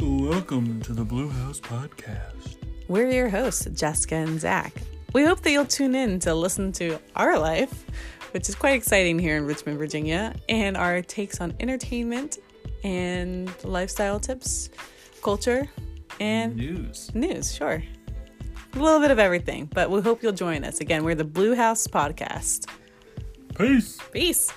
Welcome to the Blue House Podcast. We're your hosts, Jessica and Zach. We hope that you'll tune in to listen to our life, which is quite exciting here in Richmond, Virginia, and our takes on entertainment and lifestyle tips, culture, and News. news, sure. A little bit of everything, but we hope you'll join us. Again, we're the Blue House Podcast. Peace. Peace.